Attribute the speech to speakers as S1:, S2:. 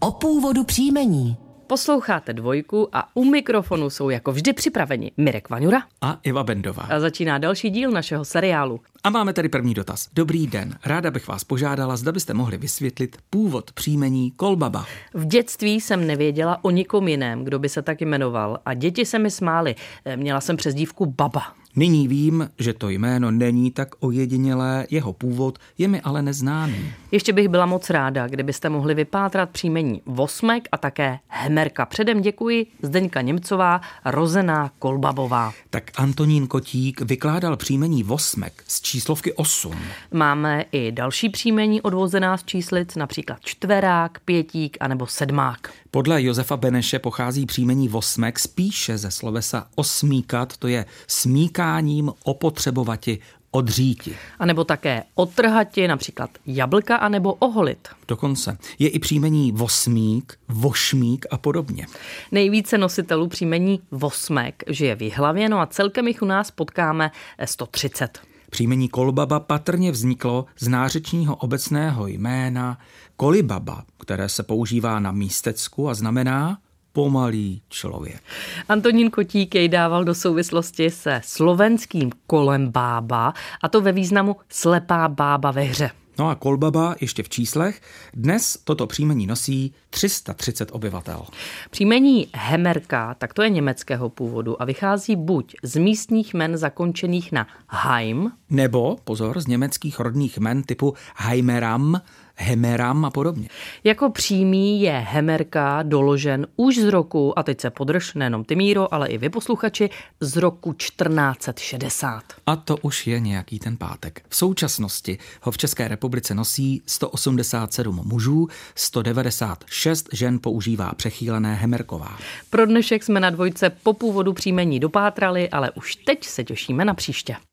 S1: o původu příjmení.
S2: Posloucháte dvojku a u mikrofonu jsou jako vždy připraveni Mirek Vanjura
S3: a Iva Bendová.
S2: a začíná další díl našeho seriálu.
S3: A máme tady první dotaz. Dobrý den, ráda bych vás požádala, zda byste mohli vysvětlit původ příjmení Kolbaba.
S2: V dětství jsem nevěděla o nikom jiném, kdo by se tak jmenoval a děti se mi smály. Eh, Měla jsem přezdívku Baba.
S3: Nyní vím, že to jméno není tak ojedinělé, jeho původ je mi ale neznámý.
S2: Ještě bych byla moc ráda, kdybyste mohli vypátrat příjmení Vosmek a také Hemerka. Předem děkuji Zdeňka Němcová, rozená Kolbabová.
S3: Tak Antonín Kotík vykládal příjmení Vosmek z číslovky 8.
S2: Máme i další příjmení odvozená z číslic, například čtverák, pětík anebo sedmák.
S3: Podle Josefa Beneše pochází příjmení Vosmek spíše ze slovesa osmíkat, to je smíkáním opotřebovati odříti.
S2: A nebo také otrhati, například jablka, anebo oholit.
S3: Dokonce je i příjmení Vosmík, Vošmík a podobně.
S2: Nejvíce nositelů příjmení Vosmek žije v Jihlavě, no a celkem jich u nás potkáme 130.
S3: Příjmení Kolbaba patrně vzniklo z nářečního obecného jména Kolibaba, které se používá na místecku a znamená pomalý člověk.
S2: Antonín Kotík jej dával do souvislosti se slovenským kolem bába, a to ve významu slepá bába ve hře.
S3: No a Kolbaba ještě v číslech. Dnes toto příjmení nosí 330 obyvatel.
S2: Příjmení Hemerka, tak to je německého původu a vychází buď z místních men zakončených na Heim,
S3: Nebo, pozor, z německých rodných jmen typu Heimeram, Hemeram a podobně.
S2: Jako přímý je Hemerka doložen už z roku, a teď se podrž nejenom ty Míro, ale i vy posluchači, z roku 1460.
S3: A to už je nějaký ten pátek. V současnosti ho v České republice nosí 187 mužů, 196 žen používá přechýlené hemerková.
S2: Pro dnešek jsme na dvojce po původu příjmení dopátrali, ale už teď se těšíme na příště.